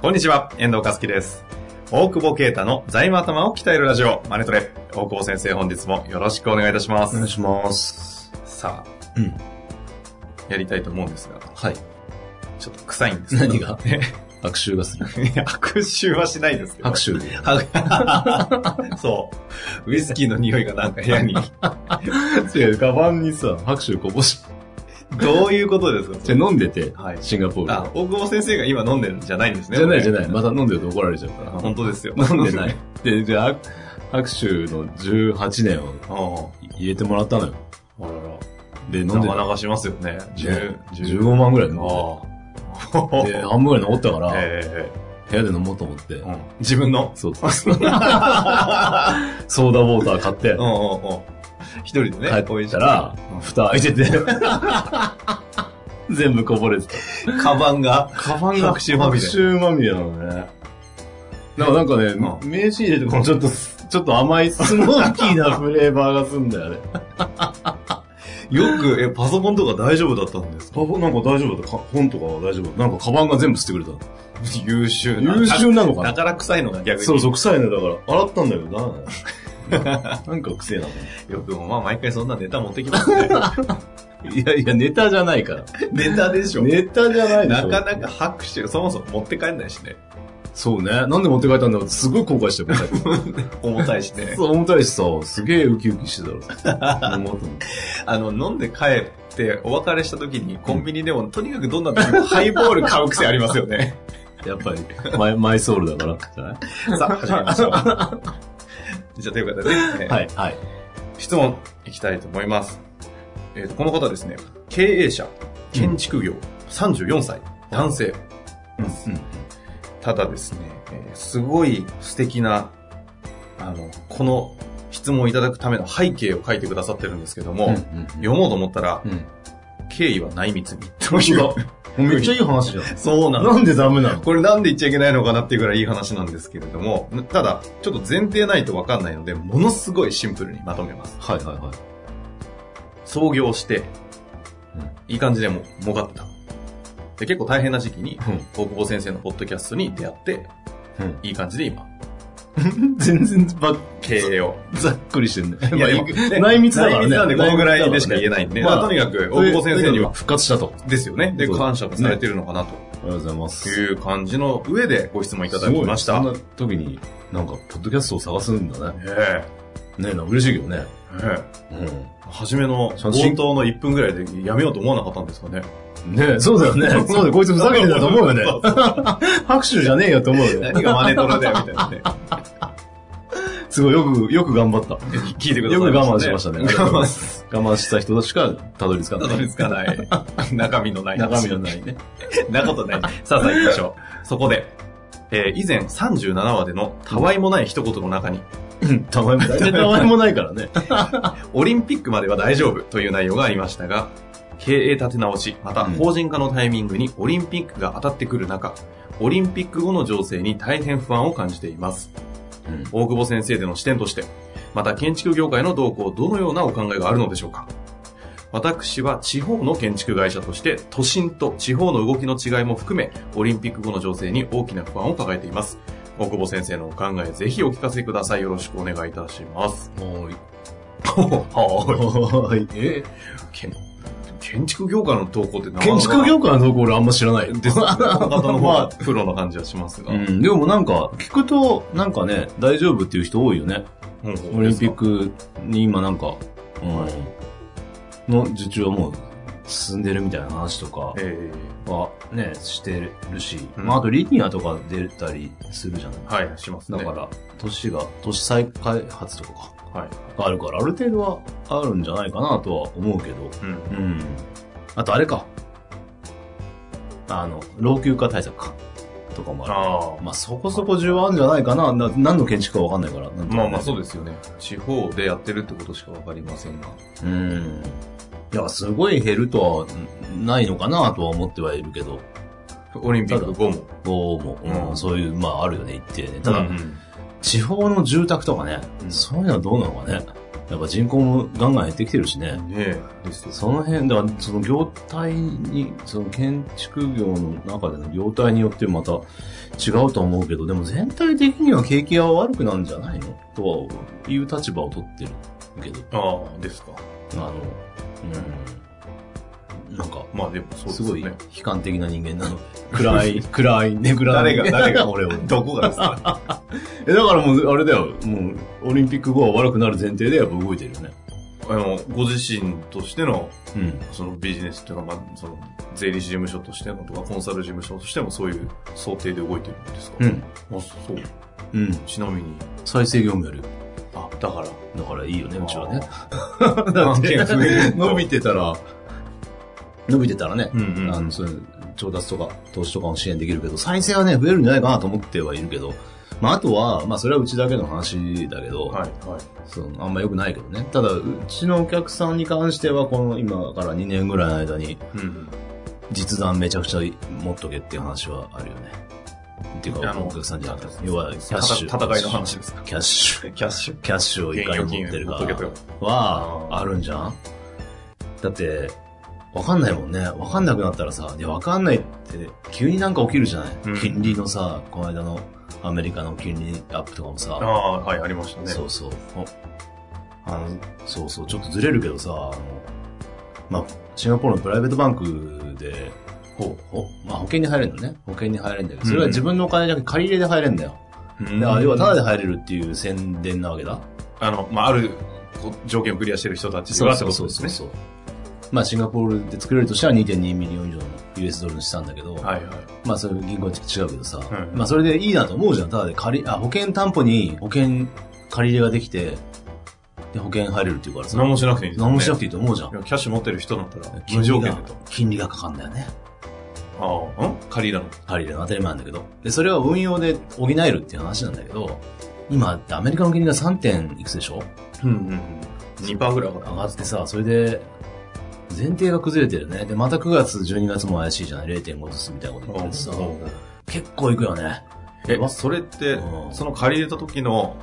こんにちは、遠藤和樹です。大久保啓太の財務頭を鍛えるラジオ、マネトレ。大久保先生、本日もよろしくお願いいたしまおす。願いします。さあ、うん。やりたいと思うんですが、はい。ちょっと臭いんですけど 何がい悪臭が する。や握手はしないですけど。拍手。手そう。ウイスキーの匂いがなんか部屋に。違う、カバンにさ、拍手こぼし、どういうことですかじゃ飲んでて、はいシンガポールあの、大久保先生が今飲んでるんじゃないんですね。じゃないじゃい。ない。また飲んでると怒られちゃうから。本当ですよ。。飲んでない い。で、じゃあ、拍手の18年をあ入れてもらったのよ。あ、あらら。で、飲んでなたかなかしますよね。ね10 15万ぐらい飲んあで。で、半分ぐらい残ったかあ。ら、え部屋で飲もうと思ってえ。うん自分の。そう そうそう。ソーダウォーター買ってう、んうんうん。一人でね、帰ったらうん、蓋開いて て、全部こぼれてた。カバンが、カバンが白拍手まみれ。州まみれなのね。なんかなんかね、う名刺入れてこのちょっと、ちょっと甘いスモーキーなフレーバーがすんだよね。よく、え、パソコンとか大丈夫だったんですかなんか大丈夫だった。か本とかは大丈夫だった。なんかカバンが全部捨てくれた。優秀な。優秀なのかだなから臭いのが逆に。そうそう、臭いね。だから、洗ったんだけどな。 なんか臭いな。よくも、まあ毎回そんなネタ持ってきますね。いやいや、ネタじゃないから。 ネタでしょ。ネタじゃないでしなょかなか拍手、そもそも持って帰んないしね。そうね。なんで持って帰ったんだろうすごい後悔してる。重たいしね。 そう、重たいしさ、すげえウキウキしてたら さ。思うと思うあの、飲んで帰って、お別れした時に、コンビニでも、とにかくどんな時もハイボール買う癖ありますよ ね。やっぱり、マイマイソウルだから。じゃないさあ、始めましょう。じゃあ、ということでですね。 はい、はい。質問いきたいと思います。えーとこの方ですね、経営者、建築業、34歳、男性。ただですね、えーすごい素敵な、あの、この質問をいただくための背景を書いてくださってるんですけども、読もうと思ったら、経緯は内密に。という。めっちゃいい話じゃん。そうなんですなんでダメな のこれなんで言っちゃいけないのかなっていうぐらいいい話なんですけれども、ただ、ちょっと前提ないとわかんないので、ものすごいシンプルにまとめます。はいはいはい。創業してうん、いい感じでもう儲かってた。で、結構大変な時期に、うん大久保先生のポッドキャストに出会って、うんいい感じで今、全然ば経営 を。ざっくりしてんね。いやでもね内密だからね。内密なんで、このぐらいでしか言えないんで、まあまあ、とにかく、大久保先生には、復活したと。ですよね。で、そうだ感謝もされてるのかなとありがとうございます。いう感じの上でご質問いただきましすた。ねごいそんな時に、なんか、ポッドキャストを探すんだね。えねえな、嬉しいけどね。ええう初めの写真冒頭の1分ぐらいでやめようと思わなかったんですかね。ん。ねえ、そうだ よね。そうだよ、こいつふざけてたと思うよね。拍手じゃねえよと思うよね。何がマネトラだよみたいなね。すごい、よく、よく頑張った。聞いてくださいよく我慢しましたね我慢し我慢した人しかたどり着かた。なたどりい。着かない。 中身のない。中身のない ね。なことない。さあさあ行きましょう。そこで、えー以前37話でのたわいもない一言の中に、たまに、大体たまにもないからね。オリンピックまでは大丈夫という内容がありましたが、経営立て直し、またうん法人化のタイミングにオリンピックが当たってくる中、オリンピック後の情勢に大変不安を感じています。大久保先生での視点として、また建築業界の動向、どのようなお考えがあるのでしょうか私は地方の建築会社として、都心と地方の動きの違いも含め、オリンピック後の情勢に大きな不安を抱えています。大久保先生のお考え、ぜひお聞かせください。よろしくお願いいたし ます。もう、ははい。え建建築業界の動向ってなかなか建築業界のところあんま知らない。です、ね。この方の方まがあプロの感じはしますが。うん、でもなんか、聞くと、なんかね、大丈夫っていう人多いよね。うんオリンピッ。クに今なんか、うん、の受注はもう進んでるみたいな話とかえはね、してるし、うんまああとリニアとか出たりするじゃないえはい、しますだね。から、都市が、都市再開発とかか、はい。があるから、ある程度はあるんじゃないかなとは思うけど。うん。うん。あとあれか。あの、老朽化対策か。とかもある。あまあそこそこ重要あるんじゃないかな。な何の建築かわかんないから。なんとあ。もまねあまあそうですよね。地方でやってるってことしかわかりませんが。うん。いや、すごい減るとはんないのかなとは思ってはいるけど、オリンピック後も。どうも、うんうんそういう、まああるよね、一定ね。ただ、うん地方の住宅とかね、うんそういうのはどうなのかね。やっぱ人口もガンガン減ってきてるしね。ねえ、ですよ。その辺、だからその業態に、その建築業の中での業態によってまた違うとは思うけど、でも全体的には景気が悪くなるんじゃないのとはいう立場を取ってるけど、ああ、ですか。あの、うん。なんか、まあでもそうですすごよいね。悲観的な人間なので。暗い、 暗い、ね、暗い。誰が誰が俺 を。どこがですかえ、だからもう、あれだよ、もう、オリンピック後は悪くなる前提でやっぱ動いてるよね。あの、ご自身としての、うん。そのビジネスっていうのは、まあ、その、税理士事務所としてのとか、コンサル事務所としてもそういう想定で動いてるんですかうん。あ、そう。うん。ちなみに。再生業務やるよ。あ、だから。だからいいよね、うちはね。だって案件増える伸びてたら、伸びてたらね、うんうん。あの、そういう調達とか投資とかも支援できるけど、再生はね、増えるんじゃないかなと思ってはいるけど、まあ、あとは、まあ、それはうちだけの話だけど、はい、はい。そのあんま良くないけどね。ただ、うちのお客さんに関しては、この今から2年ぐらいの間に、うんうん。実弾めちゃくちゃ持っとけっていう話はあるよね。っていうあか、のお客さんじゃなくて、要はキャッシュ。たた戦いの話ですか。 キャッシュ。キャッシュ。キャッシュをいかに持って現預る金か持っとけとは、あるんじゃんだって、わかんないもんね。わかんなくなったらさ、で、わかんないって、急になんか起きるじゃない、うん金利のさ、この間のアメリカの金利アップとかもさ、ああ、はい、ありましたね。そうそう。おあの、そうそう、ちょっとずれるけどさ、あの、まあ、シンガポールのプライベートバンクで、ほほまあ、保険に入れるのね。保険に入れるんだけど、それは自分のお金じゃなくて借り入れで入れるんだよ。うん。だから、要はタダで入れるっていう宣伝なわけだ。あの、まあ、あるこう条件をクリアしてる人たちがってことですね。そう。まあ、シンガポールで作れるとしたら2.2ミリオン以上の US ドルにしたんだけど、はいはい。まあ、それ銀行は違うけどさ、うんまあ、それでいいなと思うじゃん。ただで借り、あ、保険担保に保険借り入れができて、で、保険入れるっていうからさ、何もしなくていいんですよ何もしなくてていいと思うじゃんい。や。キャッシュ持ってる人だったら、金無利条が件でと。金利がかかんだよね。ああ、ん借りなの。借り入れの当たり前なんだけど。で、それは運用で補えるっていう話なんだけど、今、アメリカの金利が 3. 点いくつでしょうんうんうん。2%ぐらい上上ががっってさ、それで、前提が崩れてるね。で、また9月、12月も怪しいじゃない ?0.5 ずつみたいなこと言っててさ、結構いくよね。え、それってう、んその借りれた時の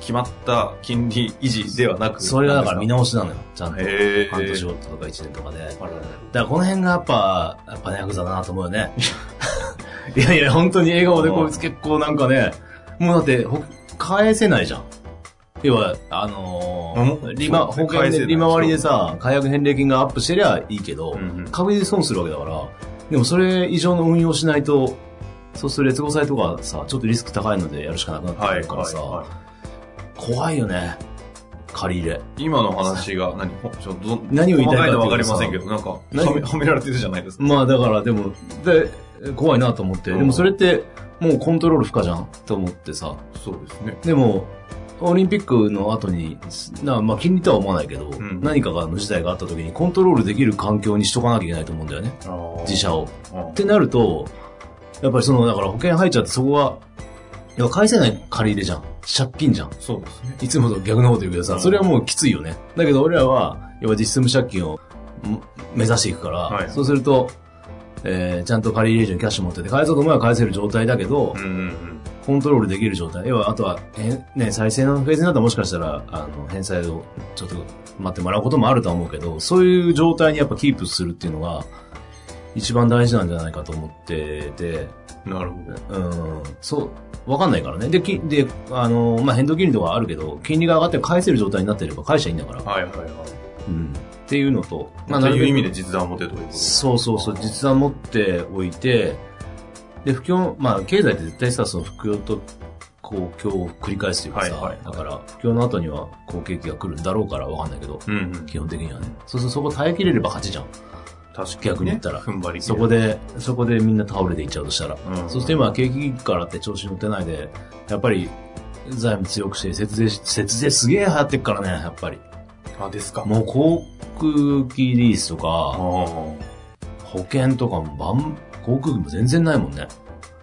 決まった金利維持ではなく、それがだから見直しなのよ。ちゃんと。へー半年ごととか1年とかで。だかあららららこの辺がやっぱ、やっぱね、ヤクザだなと思うよね。 いやいや、本当に笑顔でこいつ結構なんかね、もうだって、ほ返せないじゃん。要は、あのうんー、利回そう保険返せなでい利回りでさ、解約返礼金がアップしてりゃいいけど、うんうん確実に損するわけだから、でもそれ以上の運用しないと、そうすると劣後債とかさ、ちょっとリスク高いのでやるしかなくなってはくい、るからさ、はいはい。怖いよね。借り入れ。今の話が何、ほちょっとど何を言いたいかって細かいいうとのはわかりませんけど、なんか、はめ何はめられてるじゃないですか。まあだからでも、で、怖いなと思って、うんでもそれってもうコントロール不可じゃんと思ってさ。そうですね。でも、オリンピックの後に、なまあ金利とは思わないけど、ん何かがの事態があった時にコントロールできる環境にしとかなきゃいけないと思うんだよね。自社を。うん。ってなると、やっぱりその、だから保険入っちゃってそこは、要は返せない借り入れじゃん。借金じゃん。そうですね。いつもと逆のこと言うけどさ、それはもうきついよね。だけど俺らは、要は実質無借金をん目指していくから、はいそうすると、えーちゃんと借り入れ以上にキャッシュ持ってて、返そうと思えば返せる状態だけど、うんうんうん。コントロールできる状態。要は、あとは、えね、再生のフェーズになったらもしかしたら、あの、返済をちょっと待ってもらうこともあるとは思うけど、そういう状態にやっぱキープするっていうのが、一番大事なんじゃないかと思ってて、なるほど。うん、そう、わかんないからね。で、きで、あの、まあ、変動金利とかあるけど、金利が上がって返せる状態になっていれば返しゃいいんだから。はいはいはい。うん。っていうのと、まあ、なとるべいくう意味で実弾を持てということです。そうそうそう、実は持っておいて、で、不況、まあ、経済って絶対さ、その不況と、こう、今日を繰り返すというかさ、はいはいはいだから、不況の後には、好景気が来るんだろうからわかんないけど、うんうん。基本的にはね。そうするとそこ耐えきれれば勝ちじゃん。確かに、ね。逆に言ったら踏ん張り切それこる。で、そこでみんな倒れていっちゃうとしたら。うんそして今、景気からって調子乗ってないで、やっぱり、財務強くして、節税し、節税すげえ流行ってっからね、やっぱり。あ、ですか。もう航空機リースとあーか、保険とかもバン、航空機も全然ないもんね。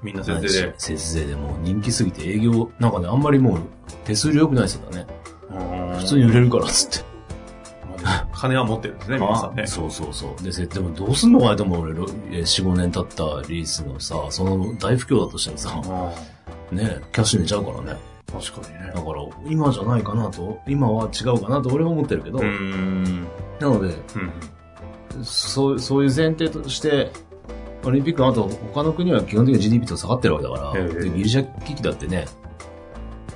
みんな節税で。節税でもう人気すぎて営業、なんかね、あんまりもう手数料良くないですよね。普普通に売れるからっつって。金は持ってるんですね、皆さんね。そうそうそう。で、せでもどうすんのかなと思う、俺、ろえー4、5年経ったリースのさ、その大不況だとしてもさ、あね、キャッシュにちゃうからね。ー確かにねだ。から、今じゃないかなと、今は違うかなと俺は思ってるけど、うーん。なので、うんそう、そういう前提として、オリンピックの後、他の国は基本的に GDP と下がってるわけだから、ええでギリシャ危機だってね、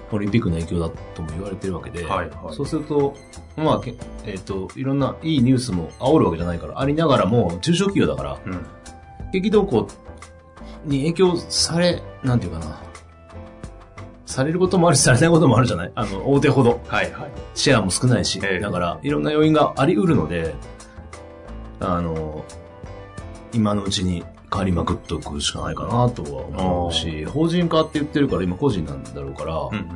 オリンピックの影響だとも言われてるわけで、はいはいそうすると、まあ、けえっ、と、いろんないいニュースも煽るわけじゃないから、ありながらも、中小企業だから、うん。景気動向に影響され、なんていうかな、されることもあるし、されないこともあるじゃないあの、大手ほど。はいはい。シェアも少ないし、ええだからいろんな要因があり得るので、あの、今のうちに変わりまくっとくしかないかなとは思うし、法人化って言ってるから今個人なんだろうから、うんうん。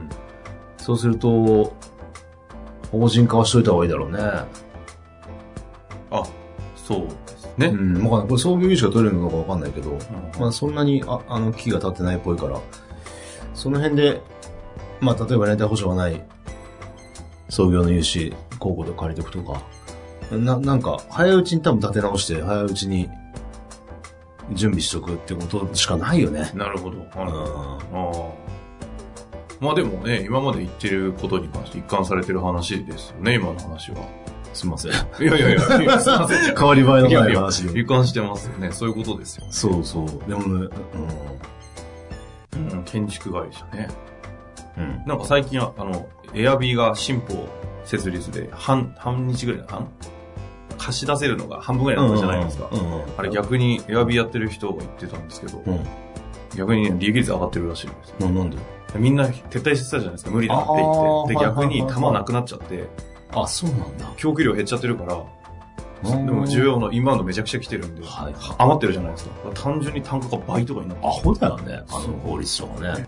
そうすると、法人化はしといた方がいいだろうね。あ、そうですね。うん、わかんない。これ創業融資が取れるのかわかんないけど、うんまあそんなにああの危機が立ってないっぽいから、その辺で、まあ例えば連帯保証がない創業の融資、高校で借りておくとか、な、なんか早いうちに多分立て直して、早いうちに準備しとくってことしかないよね。なるほど。あうん。のああ。まあでもね、今まで言ってることに関して一貫されてる話ですよね、今の話は。すいま せん。いやいやいやいや、すいません。変わり映えのいやないいや話を一貫してますよね。そういうことですよ。そうそう。でもね、うん、建築会社ね。うん。うん。なんか最近は、あの、エアビーが新法設立で、半、半日ぐらいな、半貸し出せるのが半分ぐらいになったじゃないですか。うんうん。あれ逆にエアビーやってる人が言ってたんですけど、うん。逆にね、利益率上がってるらしいんですよ。ななんでみんな撤退してたじゃないですか、無理だってあ言っーて。で、はいはい逆はいに玉なくなっちゃって、あ、そうなんだ。供給量減っちゃってるから、でも需要のインバウンドめちゃくちゃ来てるんで、はいはい余ってるじゃないですか。だから単純に単価が倍とかになってアホだよね、あの法律とかね。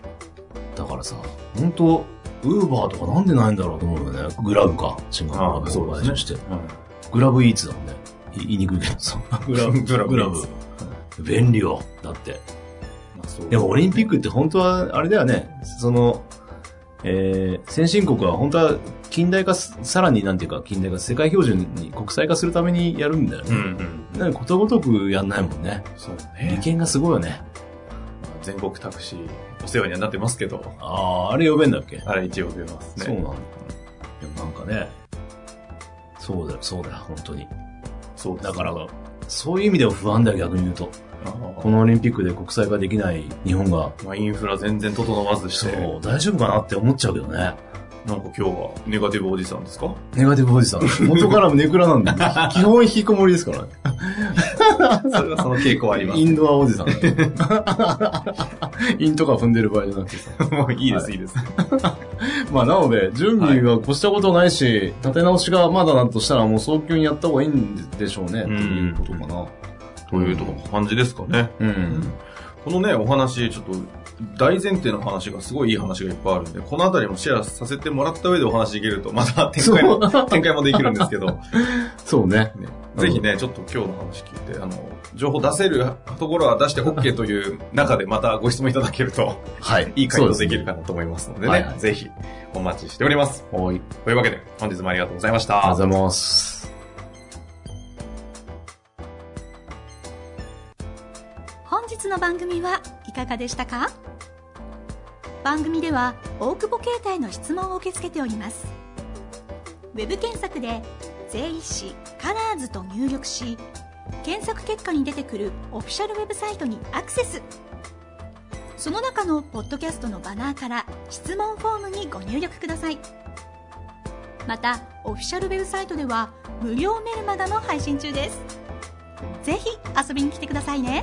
だからさ、本当ウーバーとかなんでないんだろうと思うよね。グラブか、新型コロナあそうですねして。うんグラブイーツだもんね。い言いにくいけどさ。グ ラブ グラブグラブ。便利よ。だって。まあそうでもオリンピックって本当は、あれだよね。その、えー、先進国は本当は近代化す、さらになんていうか近代化、世界標準に国際化するためにやるんだようんうん。ね。なんかことごとくやんないもんね。そう利ね。権がすごいよね。まあ全国タクシー、お世話にはなってますけど、ああ、あれ呼べんだっけあれ一応出ますね。そうなんだ。でもなんかね、そうだよ、そうだよ、本当に。そうだから、そういう意味では不安だよ、逆に言うと。ここの、のオリンピックで国際化できない日本が、まあ、インフラ全然整わずしそて、う、大丈夫かなって思っちゃうけどね。なんか今日はネガティブおじさんです かネガティブおじさん。元からもネクラなんで、 基本引きこもりですからね。それはその傾向ありまインドアおじさん。 インとか踏んでる場合じゃなくてさ。す。もういいです、はいいです。まあなので、準備が越したことないし、立て直しがまだだとしたらもう早急にやった方がいいんでしょうね、っていうことかな。というとこ感じですかね。うん。このね、お話、ちょっと、大前提の話がすごいいい話がいっぱいあるんで、このあたりもシェアさせてもらった上でお話できると、また展開も、 展開もできるんですけど、そうね。ね、ぜひね、ちょっと今日の話聞いて、あの、情報出せるところは出して OK という中でまたご質問いただけると、はい。いい回答できるかなと思いますのでね、はいはいぜひお待ちしております。そうですね。はい。というわけで、本日もありがとうございましたありが。とうございます。本日の番組はいかがでしたか番組では大久保携帯の質問を受け付けておりますウェブ検索で「税理士カラーズと入力し検索結果に出てくるオフィシャルウェブサイトにアクセスその中のポッドキャストのバナーから質問フォームにご入力くださいまたオフィシャルウェブサイトでは無料メルマガも配信中ですぜひ遊びに来てくださいね